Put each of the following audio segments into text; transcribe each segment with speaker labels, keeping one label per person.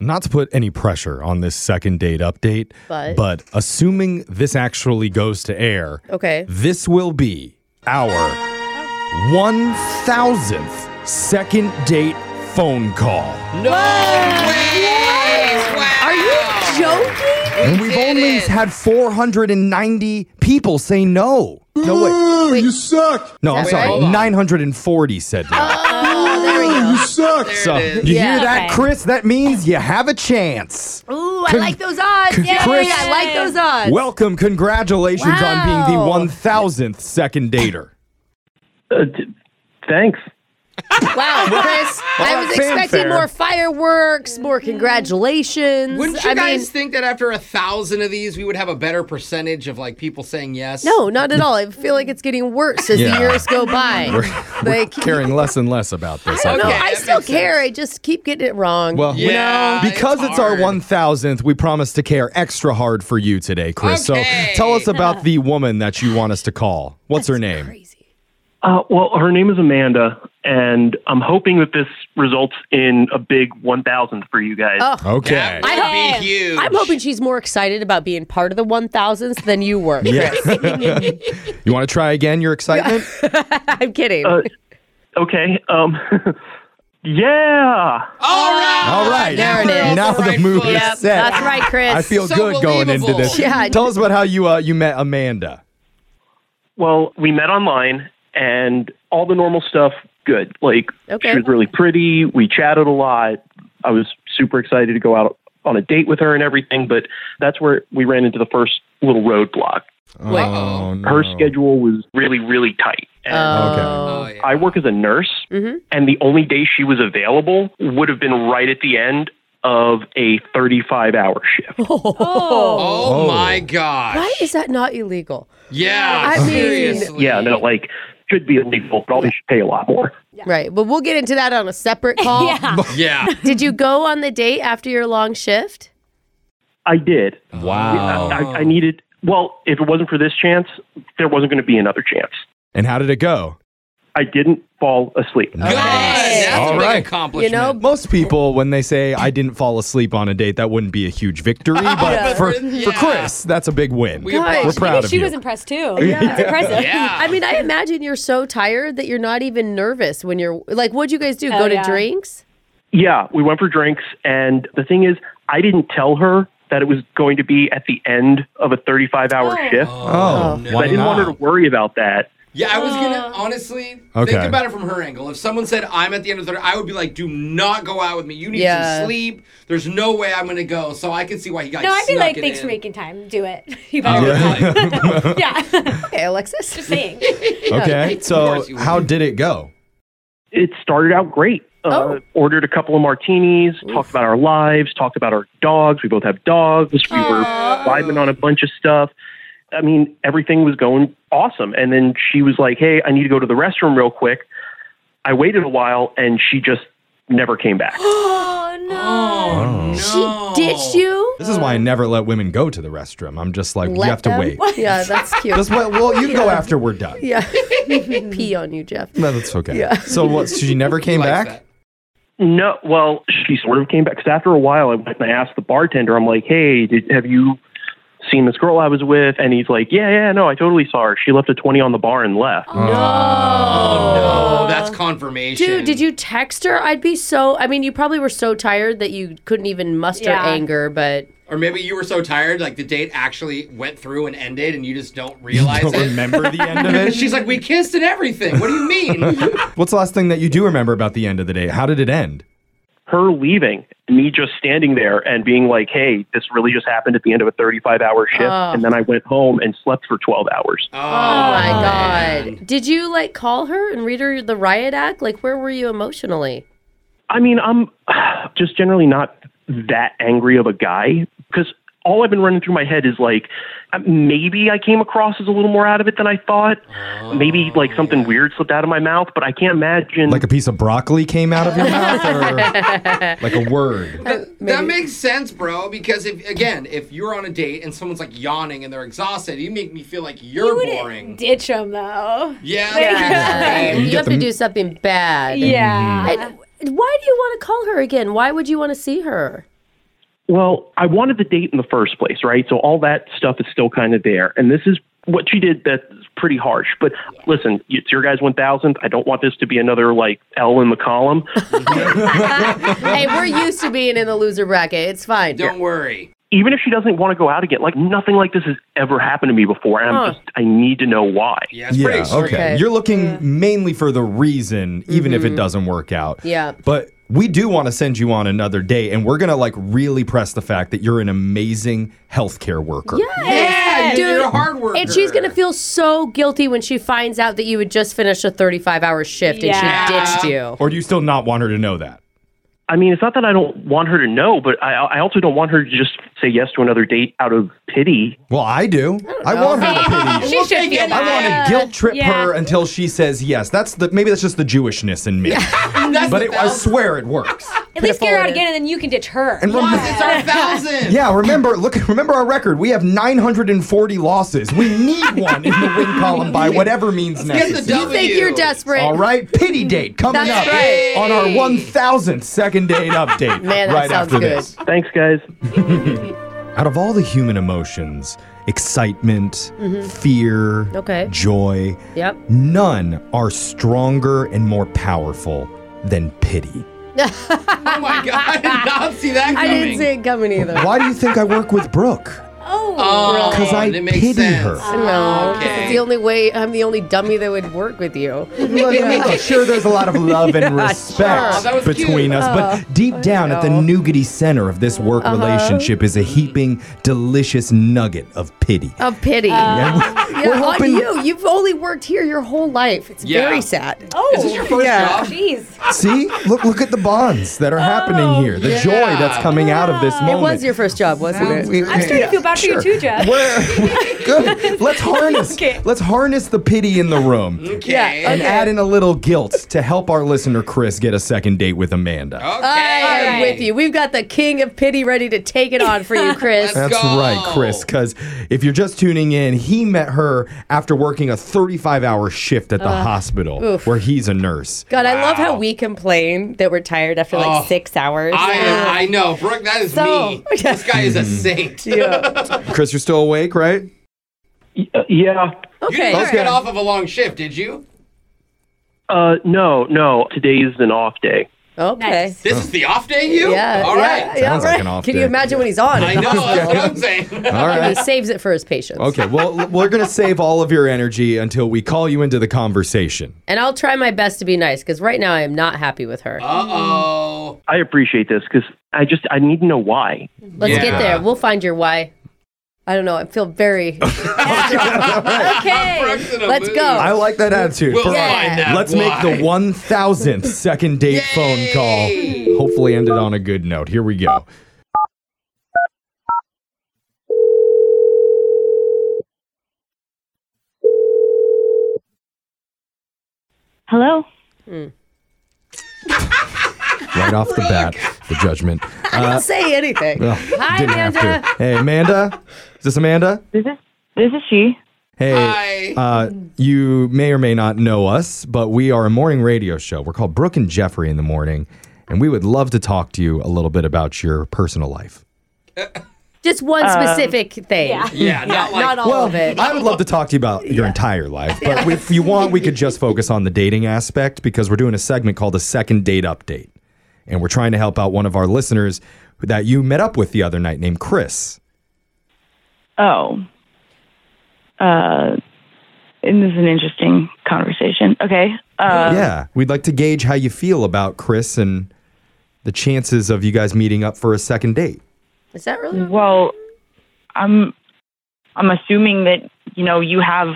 Speaker 1: not to put any pressure on this second date update,
Speaker 2: But-
Speaker 1: but assuming this actually goes to air,
Speaker 2: Okay.
Speaker 1: this will be our 1000th second date phone call.
Speaker 3: No way!
Speaker 2: Are you joking?
Speaker 1: And we've
Speaker 3: did
Speaker 1: only
Speaker 3: it.
Speaker 1: had 490 people say no. No way.
Speaker 4: You suck.
Speaker 1: No, I'm
Speaker 2: Wait,
Speaker 1: sorry.
Speaker 2: hold
Speaker 3: on.
Speaker 1: 940 said no.
Speaker 2: Oh, there we go.
Speaker 4: You suck.
Speaker 1: So,
Speaker 3: There it
Speaker 1: you
Speaker 2: Yeah,
Speaker 1: hear that,
Speaker 5: okay.
Speaker 1: Chris? That means you have a chance.
Speaker 2: Ooh, I like those odds. Yeah,
Speaker 1: Chris-
Speaker 2: I like those odds.
Speaker 1: Welcome. Congratulations
Speaker 2: Wow.
Speaker 1: on being the 1000th second dater.
Speaker 6: Uh, d- thanks.
Speaker 2: Wow, Chris. I was
Speaker 1: fanfare.
Speaker 2: expecting more fireworks, more congratulations.
Speaker 3: Wouldn't you
Speaker 2: I mean,
Speaker 3: guys think that after a thousand of these, we would have a better percentage of like people saying yes?
Speaker 2: no, not at all. I feel like it's getting worse as
Speaker 1: Yeah.
Speaker 2: the years go by.
Speaker 1: We're, we're
Speaker 2: like,
Speaker 1: caring less and less about this.
Speaker 2: I don't know.
Speaker 3: Okay,
Speaker 1: think.
Speaker 2: I
Speaker 3: that
Speaker 2: still
Speaker 3: makes
Speaker 2: care. I just keep getting it wrong.
Speaker 1: Well,
Speaker 3: Yeah,
Speaker 1: you know,
Speaker 3: it's
Speaker 1: because it's, our
Speaker 3: hard.
Speaker 1: 1000th, we promise to care extra hard for you today, Chris.
Speaker 3: Okay.
Speaker 1: So tell us about the woman that you want us to call. What's her name?
Speaker 2: crazy.
Speaker 6: Uh, well, her name is Amanda, and I'm hoping that this results in a big 1,000 for you guys.
Speaker 2: Oh.
Speaker 1: Okay.
Speaker 3: That would
Speaker 5: I-
Speaker 3: be huge.
Speaker 2: I'm hoping she's more excited about being part of the 1000s than you were.
Speaker 1: Yeah. you want to try again your excitement?
Speaker 2: I'm kidding.
Speaker 6: Uh, okay. Um, yeah.
Speaker 3: All right.
Speaker 1: All right.
Speaker 2: Oh, There it is.
Speaker 1: Now the,
Speaker 3: Right
Speaker 1: mood
Speaker 3: foot.
Speaker 1: is
Speaker 3: Yep,
Speaker 1: set.
Speaker 2: That's right, Chris.
Speaker 1: I feel
Speaker 3: So
Speaker 1: good going into
Speaker 3: believable.
Speaker 1: this.
Speaker 2: Yeah.
Speaker 1: Tell us about how you uh, you met Amanda.
Speaker 6: Well, we met online, and all the normal stuff, good. Like,
Speaker 2: Okay.
Speaker 6: she was really pretty. We chatted a lot. I was super excited to go out on a date with her and everything, but that's where we ran into the first little roadblock.
Speaker 2: Wait.
Speaker 1: Oh, no.
Speaker 6: Her schedule was really, really tight. And
Speaker 2: Oh.
Speaker 3: Oh, yeah.
Speaker 6: I work as a nurse,
Speaker 2: Mhm.
Speaker 6: and the only day she was available would have been right at the end of a 35 hour shift.
Speaker 5: Oh.
Speaker 1: Oh.
Speaker 3: Oh, my gosh.
Speaker 2: Why is that not illegal?
Speaker 3: Yeah.
Speaker 2: I mean-
Speaker 3: seriously.
Speaker 6: Yeah, no, like, should be illegal, but I'll pay a lot more.
Speaker 2: Right. But we'll get into that on a separate call.
Speaker 5: Yeah.
Speaker 3: Yeah.
Speaker 2: Did you go on the date after your long shift?
Speaker 6: I did.
Speaker 1: Wow.
Speaker 6: I, I needed, well, if it wasn't for this chance, there wasn't going to be another chance.
Speaker 1: And how did it go?
Speaker 6: I didn't fall asleep.
Speaker 3: Good. That's
Speaker 1: All
Speaker 3: a big
Speaker 1: right.
Speaker 3: accomplishment.
Speaker 2: You know,
Speaker 1: Most people, when they say I didn't fall asleep on a date, that wouldn't be a huge victory. But
Speaker 3: Yeah.
Speaker 1: for, for
Speaker 3: Yeah.
Speaker 1: Chris, that's a big win.
Speaker 3: We applaud
Speaker 1: We're
Speaker 3: you.
Speaker 1: proud of
Speaker 5: she
Speaker 1: you.
Speaker 5: was impressed too. Yeah. It's impressive.
Speaker 3: yeah.
Speaker 2: I mean, I imagine you're so tired that you're not even nervous when you're like, what'd you guys do?
Speaker 5: Oh,
Speaker 2: go to
Speaker 5: yeah.
Speaker 2: drinks?
Speaker 6: Yeah, we went for drinks, and the thing is, I didn't tell her that it was going to be at the end of a 35 hour
Speaker 5: Oh.
Speaker 6: shift.
Speaker 1: oh,
Speaker 3: no.
Speaker 6: I
Speaker 1: why
Speaker 6: didn't want her to
Speaker 1: not?
Speaker 6: worry about that.
Speaker 3: Yeah, I was gonna
Speaker 5: Oh.
Speaker 3: honestly
Speaker 1: Okay.
Speaker 3: think about it from her angle. If someone said I'm at the end of the third, I would be like, "Do not go out with me. You need
Speaker 2: Yeah.
Speaker 3: some sleep. There's no way I'm gonna go." So I can see why he got.
Speaker 5: No, I'd be
Speaker 3: snuck
Speaker 5: like,
Speaker 3: it
Speaker 5: thanks
Speaker 3: in.
Speaker 5: for making time. Do it. You better do it. yeah.
Speaker 2: Okay, Alexis.
Speaker 5: Just saying.
Speaker 1: Okay,
Speaker 3: Of
Speaker 1: so
Speaker 3: course you would.
Speaker 1: how did it go?
Speaker 6: It started out great. Uh,
Speaker 2: Oh.
Speaker 6: Ordered a couple of martinis, talked about our lives, talked about our dogs. We both have dogs. We were vibing on a bunch of stuff. I mean, everything was going awesome. And then she was like, hey, I need to go to the restroom real quick. I waited a while, and she just never came back.
Speaker 5: Oh no.
Speaker 3: Oh, no.
Speaker 2: She ditched you?
Speaker 1: This is why
Speaker 3: Um,
Speaker 1: I never let women go to the restroom. I'm just like, you have to
Speaker 2: them-
Speaker 1: wait.
Speaker 2: Yeah, that's cute.
Speaker 1: Just wait. Well, you go after we're done.
Speaker 2: yeah. Pee on you, Jeff.
Speaker 1: No, that's okay. So what? She never came
Speaker 3: Likes
Speaker 1: back.
Speaker 3: that.
Speaker 6: No, well, she sort of came back because after a while, I went and I asked the bartender. I'm like, "Hey, did, have you seen this girl I was with?" And he's like, "Yeah, yeah, no, I totally saw her. She left a twenty on the bar and left."
Speaker 3: Oh no, that's confirmation.
Speaker 2: Dude, did you text her? I'd be so. I mean, you probably were so tired that you couldn't even muster
Speaker 5: Yeah.
Speaker 2: anger, but
Speaker 3: Or maybe you were so tired, like the date actually went through and ended, and you just don't realize
Speaker 1: Don't
Speaker 3: it.
Speaker 1: remember the end of it.
Speaker 3: She's like, "We kissed and everything. What do you mean?"
Speaker 5: Uh,
Speaker 1: What's the last thing that you do remember about the end of the day? How did it end?
Speaker 6: Her leaving, me just standing there and being like, "Hey, this really just happened at the end of a 35 hour shift."
Speaker 2: Oh.
Speaker 6: And then I went home and slept for 12 hours.
Speaker 3: oh,
Speaker 2: oh, my
Speaker 3: man.
Speaker 2: God. Did you like call her and read her the riot act? Like, where were you emotionally?
Speaker 6: I mean, I'm just generally not that angry of a guy because all I've been running through my head is like, uh, maybe I came across as a little more out of it than I thought. maybe like something weird slipped out of my mouth, but I can't imagine.
Speaker 1: Like a piece of broccoli came out of your mouth, or like a word?
Speaker 3: That, that makes sense, bro. Because if again, if you're on a date and someone's like yawning and they're exhausted, you make me feel like
Speaker 5: You
Speaker 3: you're boring.
Speaker 5: wouldn't ditch him though.
Speaker 3: yeah,
Speaker 5: Yeah.
Speaker 3: that's
Speaker 2: you
Speaker 1: get
Speaker 2: have
Speaker 1: the-
Speaker 2: to do something bad.
Speaker 5: Yeah.
Speaker 2: And why do you want to call her again? Why would you want to see her?
Speaker 6: Well, I wanted the date in the first place, right? So all that stuff is still kind of there. And this is what she did that's pretty harsh. But listen, it's your guys' 1000th. I don't want this to be another like L in the column.
Speaker 2: hey, we're used to being in the loser bracket. It's fine.
Speaker 3: Don't worry.
Speaker 6: Even if she doesn't want to go out again, like nothing like this has ever happened to me before. And
Speaker 2: Huh.
Speaker 6: I'm just, I need to know why.
Speaker 3: Yeah, it's pretty
Speaker 1: Yeah,
Speaker 3: extreme.
Speaker 1: okay.
Speaker 2: Okay.
Speaker 1: You're looking mainly for the reason, even if it doesn't work out.
Speaker 2: Yeah.
Speaker 1: But we do want to send you on another day, and we're gonna like really press the fact that you're an amazing healthcare worker.
Speaker 2: Yeah,
Speaker 3: Yeah,
Speaker 2: dude.
Speaker 3: you're a hard worker.
Speaker 2: And she's gonna feel so guilty when she finds out that you had just finished a 35 hour shift
Speaker 5: Yeah.
Speaker 2: and she ditched you.
Speaker 1: Or do you still not want her to know that?
Speaker 6: I mean, it's not that I don't want her to know, but I, I also don't want her to just say yes to another date out of pity.
Speaker 1: Well, I do. I, want her to pity.
Speaker 5: She
Speaker 3: We'll
Speaker 5: should
Speaker 3: take
Speaker 5: feel
Speaker 3: it. I
Speaker 1: I want
Speaker 5: bad.
Speaker 1: to guilt trip
Speaker 5: yeah.
Speaker 1: her until she says yes. That's the maybe that's just the Jewishness in me.
Speaker 3: That's
Speaker 1: but
Speaker 3: the
Speaker 1: it, I
Speaker 3: thousand.
Speaker 1: swear it works.
Speaker 5: At least get her
Speaker 2: pitiful
Speaker 5: out
Speaker 2: it is.
Speaker 5: again, and then you can ditch her.
Speaker 1: And rem-
Speaker 3: Plus, it's our thousand.
Speaker 1: Yeah, remember, look, remember our record. We have 940 losses. We need one in the win column by whatever means
Speaker 3: Get the
Speaker 1: necessary.
Speaker 3: W.
Speaker 2: You think you're desperate?
Speaker 1: All right, pity date coming
Speaker 2: That's
Speaker 1: up
Speaker 2: right.
Speaker 1: on our 1000th second date update
Speaker 2: Man, that
Speaker 1: right
Speaker 2: sounds
Speaker 1: after
Speaker 2: good.
Speaker 1: this.
Speaker 6: Thanks, guys.
Speaker 1: Out of all the human emotions, excitement, fear,
Speaker 2: Mm-hmm. Okay.
Speaker 1: joy,
Speaker 2: Yep.
Speaker 1: none are stronger and more powerful than pity.
Speaker 3: Oh my god, I did not see that
Speaker 2: I
Speaker 3: coming.
Speaker 2: didn't see it coming either.
Speaker 1: Why do you think I work with Brooke?
Speaker 5: oh,
Speaker 1: Because I
Speaker 3: it makes
Speaker 1: pity
Speaker 3: sense.
Speaker 1: her.
Speaker 2: No, 'cause
Speaker 3: Okay.
Speaker 2: it's the only way. I'm the only dummy that would work with you.
Speaker 1: Look, look, sure, there's a lot of love and respect
Speaker 3: sure. That was
Speaker 1: between
Speaker 3: cute.
Speaker 1: us,
Speaker 2: Uh-huh.
Speaker 1: but deep down at the nougaty center of this work relationship is a heaping, delicious nugget of pity.
Speaker 2: Of pity.
Speaker 1: And
Speaker 2: Uh, yeah, on you. You've only worked here your whole life. It's
Speaker 3: Yeah.
Speaker 2: very sad.
Speaker 5: oh,
Speaker 3: Is this your first
Speaker 2: Yeah.
Speaker 3: job?
Speaker 5: Jeez.
Speaker 1: See, look, look at the bonds that are happening here. The joy
Speaker 3: yeah.
Speaker 1: that's coming out of this moment.
Speaker 2: Oh, It was your first job, wasn't it?
Speaker 5: I'm starting to feel bad for you too, Jeff.
Speaker 1: Where- good. Let's harness.
Speaker 5: Okay.
Speaker 1: Let's harness the pity in the room.
Speaker 3: Okay.
Speaker 2: Yeah,
Speaker 1: And add in a little guilt to help our listener Chris get a second date with Amanda.
Speaker 3: Okay.
Speaker 2: I am with you. We've got the king of pity ready to take it on for you, Chris.
Speaker 3: Let's
Speaker 1: That's
Speaker 3: go.
Speaker 1: right, Chris. Because if you're just tuning in, he met her after working a 35 hour shift at the
Speaker 2: Uh,
Speaker 1: hospital where he's a nurse.
Speaker 2: God, I love how we complain that we're tired after like
Speaker 3: Oh.
Speaker 2: six hours.
Speaker 3: I I know, Brooke. That is
Speaker 2: So-
Speaker 3: me. This guy is a
Speaker 1: Mm-hmm.
Speaker 3: saint. You
Speaker 2: yeah.
Speaker 1: Chris, you're still awake, right?
Speaker 6: Y- uh, yeah.
Speaker 2: Okay.
Speaker 3: didn't just
Speaker 1: Okay.
Speaker 3: get off of a long shift, did you?
Speaker 6: Uh, no, no. Today is an off day.
Speaker 2: Okay.
Speaker 5: Nice.
Speaker 3: This
Speaker 1: Oh.
Speaker 3: is the off day, you?
Speaker 2: Yeah.
Speaker 3: All
Speaker 2: yeah,
Speaker 3: right.
Speaker 2: yeah,
Speaker 1: Sounds like
Speaker 2: right.
Speaker 1: an off
Speaker 2: Can
Speaker 1: day.
Speaker 2: you imagine when he's on?
Speaker 3: I know. That's what I'm saying.
Speaker 1: All
Speaker 2: And he
Speaker 1: right.
Speaker 2: saves it for his patients.
Speaker 1: Okay, well, l- we're going to save all of your energy until we call you into the conversation.
Speaker 2: And I'll try my best to be nice because right now I am not happy with her.
Speaker 3: Uh oh.
Speaker 6: I appreciate this because I just I need to know why.
Speaker 2: Let's
Speaker 3: yeah.
Speaker 2: get there. We'll find your why. I don't know. I feel very.
Speaker 5: Okay.
Speaker 2: Let's go.
Speaker 1: I like that attitude.
Speaker 3: We'll
Speaker 1: For-
Speaker 3: find out
Speaker 1: Let's
Speaker 3: why.
Speaker 1: make the 1000th second date phone call. Hopefully, ended on a good note. Here we go.
Speaker 4: Hello.
Speaker 1: Right off the bat, the judgment. Uh,
Speaker 2: say anything.
Speaker 1: well,
Speaker 2: Hi,
Speaker 1: didn't have
Speaker 2: Amanda.
Speaker 1: to. Hey, Amanda. Is this Amanda?
Speaker 4: This is this is she.
Speaker 1: Hey,
Speaker 3: Hi.
Speaker 1: Uh, you may or may not know us, but we are a morning radio show. We're called Brooke and Jeffrey in the morning, and we would love to talk to you a little bit about your personal life.
Speaker 2: Just one specific thing.
Speaker 5: yeah.
Speaker 3: Uh, Yeah, not like
Speaker 2: Not all of it.
Speaker 1: I would love to talk to you about your entire life, but if you want, we could just focus on the dating aspect because we're doing a segment called the Second Date Update, and we're trying to help out one of our listeners that you met up with the other night named Chris.
Speaker 4: Oh. Uh, and this is an interesting conversation. Okay. Uh,
Speaker 1: yeah, we'd like to gauge how you feel about Chris and the chances of you guys meeting up for a second date.
Speaker 2: Is that really?
Speaker 4: Well, I'm I'm assuming that you know you have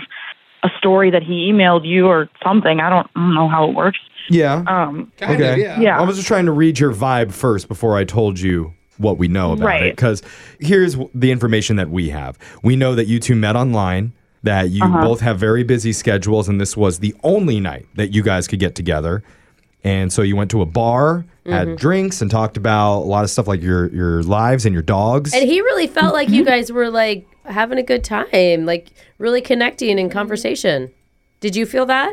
Speaker 4: a story that he emailed you or something. I don't, I don't know how it works.
Speaker 1: Yeah.
Speaker 4: Um,
Speaker 3: kind of,
Speaker 1: Okay.
Speaker 3: yeah.
Speaker 4: yeah.
Speaker 1: I was just trying to read your vibe first before I told you what we know about it.
Speaker 4: Right.
Speaker 1: Because here's w- the information that we have we know that you two met online, that you
Speaker 4: Uh-huh.
Speaker 1: both have very busy schedules, and this was the only night that you guys could get together. And so you went to a bar,
Speaker 4: Mm-hmm.
Speaker 1: had drinks, and talked about a lot of stuff like your, your lives and your dogs.
Speaker 2: And he really felt like you guys were like having a good time, like really connecting in conversation. Did you feel that?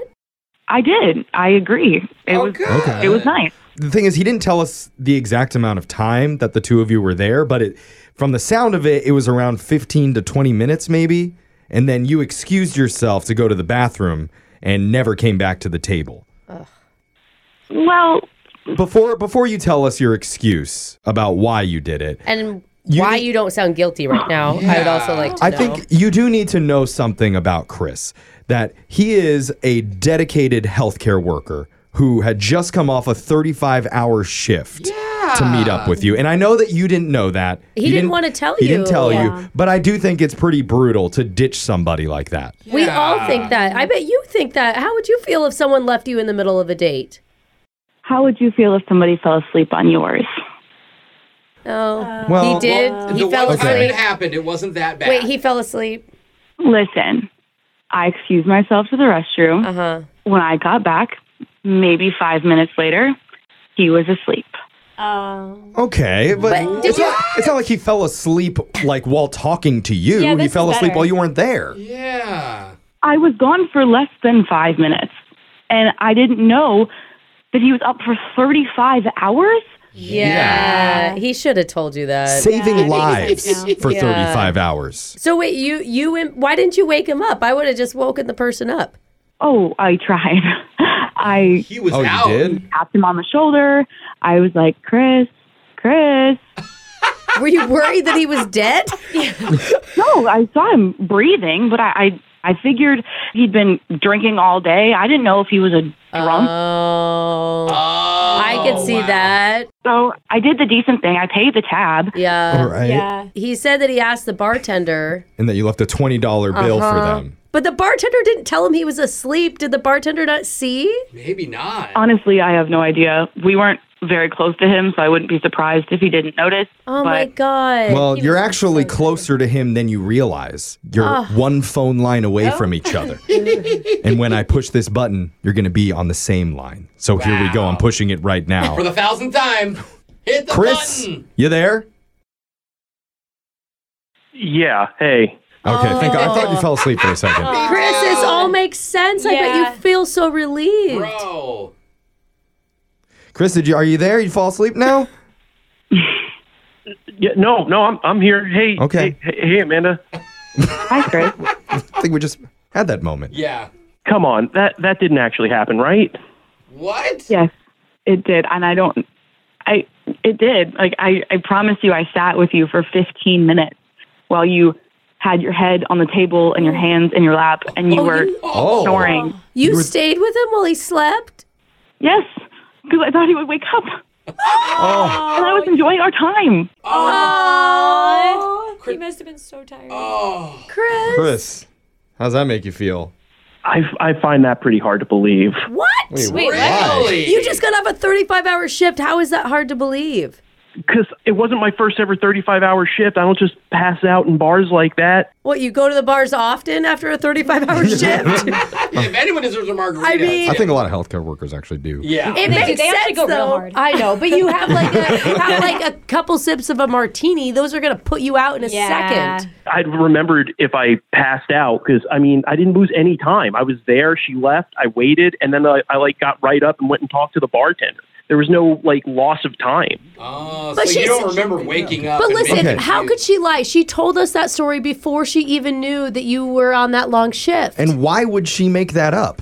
Speaker 4: I did. I agree. It was
Speaker 1: Okay.
Speaker 4: it was nice.
Speaker 1: the thing is he didn't tell us the exact amount of time that the two of you were there but it from the sound of it it was around 15 to 20 minutes maybe and then you excused yourself to go to the bathroom and never came back to the table
Speaker 4: Well,
Speaker 1: before before you tell us your excuse about why you did it
Speaker 2: And why you don't sound guilty right now, I would also like to
Speaker 1: I
Speaker 2: know.
Speaker 1: think you do need to know something about Chris that he is a dedicated healthcare worker who had just come off a 35 hour shift to meet up with you. And I know that you didn't know that.
Speaker 2: He didn't wanna tell
Speaker 1: He didn't
Speaker 2: you.
Speaker 1: tell
Speaker 2: Yeah.
Speaker 1: you. But I do think it's pretty brutal to ditch somebody like that.
Speaker 2: we all think that. I bet you think that. How would you feel if someone left you in the middle of a date?
Speaker 4: how would you feel if somebody fell asleep on yours?
Speaker 2: Oh,
Speaker 1: Well-
Speaker 2: he did.
Speaker 3: Well,
Speaker 2: he
Speaker 3: the
Speaker 2: fell
Speaker 3: one time
Speaker 2: asleep.
Speaker 3: it happened, it wasn't that bad.
Speaker 2: Wait, he fell asleep.
Speaker 4: Listen, I excused myself to the restroom.
Speaker 2: Uh huh.
Speaker 4: When I got back, maybe five minutes later, he was asleep.
Speaker 5: Oh.
Speaker 1: Okay, but,
Speaker 2: But did
Speaker 1: it's, not, it's not like he fell asleep like while talking to you.
Speaker 5: Yeah,
Speaker 1: he
Speaker 5: this is
Speaker 1: fell asleep
Speaker 5: better.
Speaker 1: while you weren't there.
Speaker 3: Yeah.
Speaker 4: I was gone for less than five minutes, and I didn't know that he was up for 35 hours.
Speaker 2: Yeah. He should have told you that.
Speaker 1: Saving
Speaker 5: Yeah, I think it's
Speaker 1: lives
Speaker 5: like
Speaker 1: for
Speaker 2: Yeah.
Speaker 1: 35 hours.
Speaker 2: so wait, you you im- why didn't you wake him up? I would have just woken the person up.
Speaker 4: Oh, I tried. I
Speaker 3: He was
Speaker 1: Oh,
Speaker 3: out.
Speaker 1: you did?
Speaker 4: tapped him on the shoulder. I was like, Chris, Chris.
Speaker 2: Were you worried that he was dead?
Speaker 4: No, I saw him breathing, but I, I, I figured he'd been drinking all day. I didn't know if he was a drunk.
Speaker 2: Oh,
Speaker 3: Oh,
Speaker 2: I could see
Speaker 3: wow.
Speaker 2: that.
Speaker 4: so I did the decent thing. I paid the tab.
Speaker 2: Uh, Yeah.
Speaker 1: All right.
Speaker 5: Yeah.
Speaker 2: He said that he asked the bartender,
Speaker 1: And that you left a $20 bill for them.
Speaker 2: but the bartender didn't tell him he was asleep. Did the bartender not see?
Speaker 3: Maybe not.
Speaker 4: Honestly, I have no idea. We weren't very close to him, so I wouldn't be surprised if he didn't notice.
Speaker 2: Oh my
Speaker 4: but
Speaker 2: god.
Speaker 1: Well, you're actually closer to him than you realize. You're one phone line away from each other. and when I push this button, you're going to be on the same line. So here we go. I'm pushing it right
Speaker 3: For
Speaker 1: now.
Speaker 3: the thousandth time, hit the
Speaker 1: Chris,
Speaker 3: button.
Speaker 1: you there?
Speaker 6: Yeah. Hey.
Speaker 1: Okay, thank God. I thought you fell asleep for a second.
Speaker 2: Chris, this
Speaker 5: Oh.
Speaker 2: all makes sense. I bet
Speaker 5: Yeah.
Speaker 2: you feel so relieved.
Speaker 3: Bro.
Speaker 1: Chris, did you, are you there? You fall asleep now?
Speaker 6: Yeah. No. No. I'm I'm here. Hey.
Speaker 1: Okay.
Speaker 6: Hey, hey, hey, Amanda.
Speaker 4: Hi, Chris.
Speaker 1: I think we just had that moment.
Speaker 3: Yeah.
Speaker 6: Come on. That that didn't actually happen, right?
Speaker 3: What?
Speaker 4: yes, it did, and I don't. I it did. Like I, I promise you, I sat with you for 15 minutes while you had your head on the table and your hands in your lap, and you were
Speaker 1: Oh.
Speaker 4: snoring.
Speaker 2: You stayed with him while he slept?
Speaker 4: Yes, because I thought he would wake up,
Speaker 1: Oh,
Speaker 4: and I was enjoying our time.
Speaker 5: Oh. He must have been so tired.
Speaker 3: Oh.
Speaker 2: Chris?
Speaker 1: Chris, how's that make you feel?
Speaker 6: I I find that pretty hard to believe.
Speaker 2: What?
Speaker 5: Wait,
Speaker 3: Really?
Speaker 2: You just got off a 35 hour shift. How is that hard to believe?
Speaker 6: because it wasn't my first ever 35 hour shift. I don't just pass out in bars like that.
Speaker 2: What, you go to the bars often after a 35 hour shift?
Speaker 3: if anyone deserves a margarita,
Speaker 2: I mean-
Speaker 3: it's
Speaker 1: I
Speaker 3: him.
Speaker 1: think a lot of healthcare workers actually do.
Speaker 3: Yeah.
Speaker 2: It
Speaker 5: They do.
Speaker 2: makes
Speaker 5: They
Speaker 2: sense,
Speaker 5: actually go
Speaker 2: though.
Speaker 5: real hard.
Speaker 2: I know, but you have like a, you have like a couple sips of a martini. Those are going to put you out in a
Speaker 5: Yeah.
Speaker 2: second.
Speaker 6: I remembered if I passed out because I mean I didn't lose any time. I was there. She left. I waited, and then I, I like got right up and went and talked to the bartender. There was no like loss of time.
Speaker 3: Oh,
Speaker 2: But
Speaker 3: so
Speaker 2: she's-
Speaker 3: you don't remember waking up.
Speaker 2: But
Speaker 3: and
Speaker 2: listen,
Speaker 3: making
Speaker 2: how
Speaker 3: you-
Speaker 2: could she lie? She told us that story before she even knew that you were on that long shift.
Speaker 1: And why would she make that up?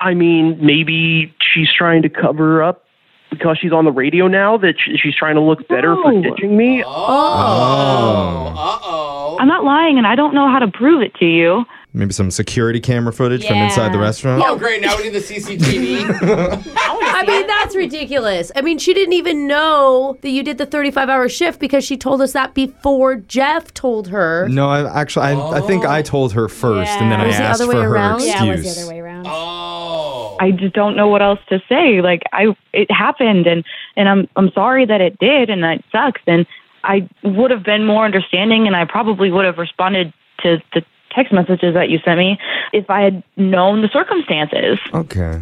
Speaker 6: I mean, maybe she's trying to cover up because she's on the radio now that sh she's trying to look better for
Speaker 4: No.
Speaker 6: ditching me.
Speaker 3: Oh. Uh oh.
Speaker 4: I'm not lying, and I don't know how to prove it to you.
Speaker 1: Maybe some security camera footage from inside the
Speaker 5: Yeah.
Speaker 1: restaurant?
Speaker 3: Oh, great. Now we need the CCTV.
Speaker 2: I mean, that's ridiculous. I mean, she didn't even know that you did the 35 hour shift because she told us that before Jeff told her.
Speaker 1: No, I actually, I, I think I told her first, and then I
Speaker 2: Was it the
Speaker 1: asked
Speaker 2: other
Speaker 1: for
Speaker 2: way
Speaker 1: her
Speaker 2: around?
Speaker 1: excuse.
Speaker 5: Yeah, it was the other way around.
Speaker 3: oh.
Speaker 4: I just don't know what else to say. Like I, it happened, and and I'm I'm sorry that it did, and that sucks. And I would have been more understanding, and I probably would have responded to the text messages that you sent me if I had known the circumstances.
Speaker 5: Um,
Speaker 1: Okay.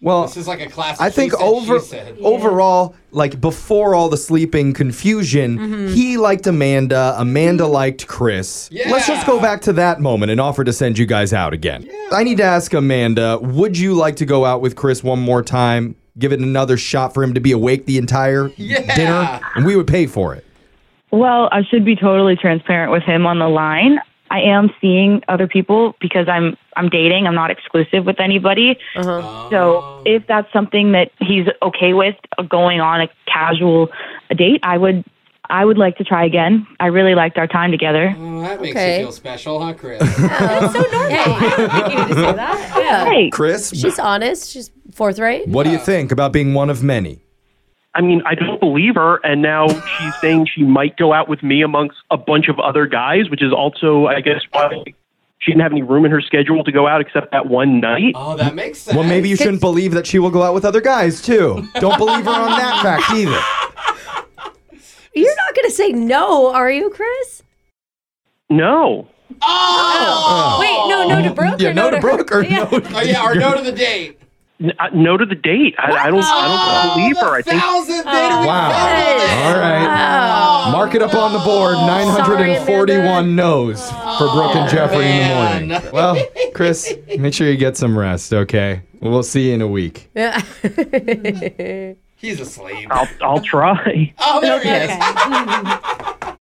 Speaker 1: Well,
Speaker 3: this is like a classic.
Speaker 1: I think
Speaker 3: she said,
Speaker 1: over
Speaker 3: she said.
Speaker 1: overall, like before all the sleeping confusion,
Speaker 5: Mm-hmm.
Speaker 1: he liked Amanda. Amanda liked Chris. Let's just go back to that moment and offer to send you guys out again. I need to ask Amanda, would you like to go out with Chris one more time? Give it another shot for him to be awake the entire
Speaker 3: Yeah.
Speaker 1: dinner, and we would pay for it.
Speaker 4: Well, I should be totally transparent with him on the line. I am seeing other people because I'm I'm dating. I'm not exclusive with anybody. So if that's something that he's okay with uh, going on a casual date, I would I would like to try again. I really liked our time together.
Speaker 3: Oh, that makes
Speaker 2: Okay.
Speaker 3: you feel special, huh, Chris?
Speaker 5: That's so normal. I don't think you need to say that. Yeah.
Speaker 4: Hey,
Speaker 1: Chris,
Speaker 2: She's honest. She's forthright.
Speaker 1: what do you think about being one of many?
Speaker 6: I mean, I don't believe her, and now she's saying she might go out with me amongst a bunch of other guys, which is also, I guess, why she didn't have any room in her schedule to go out except that one night.
Speaker 3: oh, that makes sense.
Speaker 1: Well, maybe you shouldn't believe that she will go out with other guys too. Don't believe her on that fact either.
Speaker 2: You're not going to say no, are you, Chris?
Speaker 6: No.
Speaker 3: Oh!
Speaker 5: Wait, no, no to Brooke
Speaker 1: Yeah,
Speaker 5: or no,
Speaker 1: no to
Speaker 5: her?
Speaker 1: Brooke or
Speaker 5: Yeah.
Speaker 1: no.
Speaker 3: Oh, yeah, or no to the date.
Speaker 6: N- uh, no to the date. I, I don't. I don't believe
Speaker 3: the
Speaker 6: her. I think
Speaker 3: thousandth date of the
Speaker 1: Wow.
Speaker 3: calendar.
Speaker 1: All right.
Speaker 2: Oh.
Speaker 1: Mark it up on the board. 941 no's for Brooke and Jeffrey in the
Speaker 3: man.
Speaker 1: morning. Well, Chris, make sure you get some rest, okay? We'll see you in a week.
Speaker 3: He's asleep.
Speaker 6: I'll, I'll try.
Speaker 3: Oh, there he is.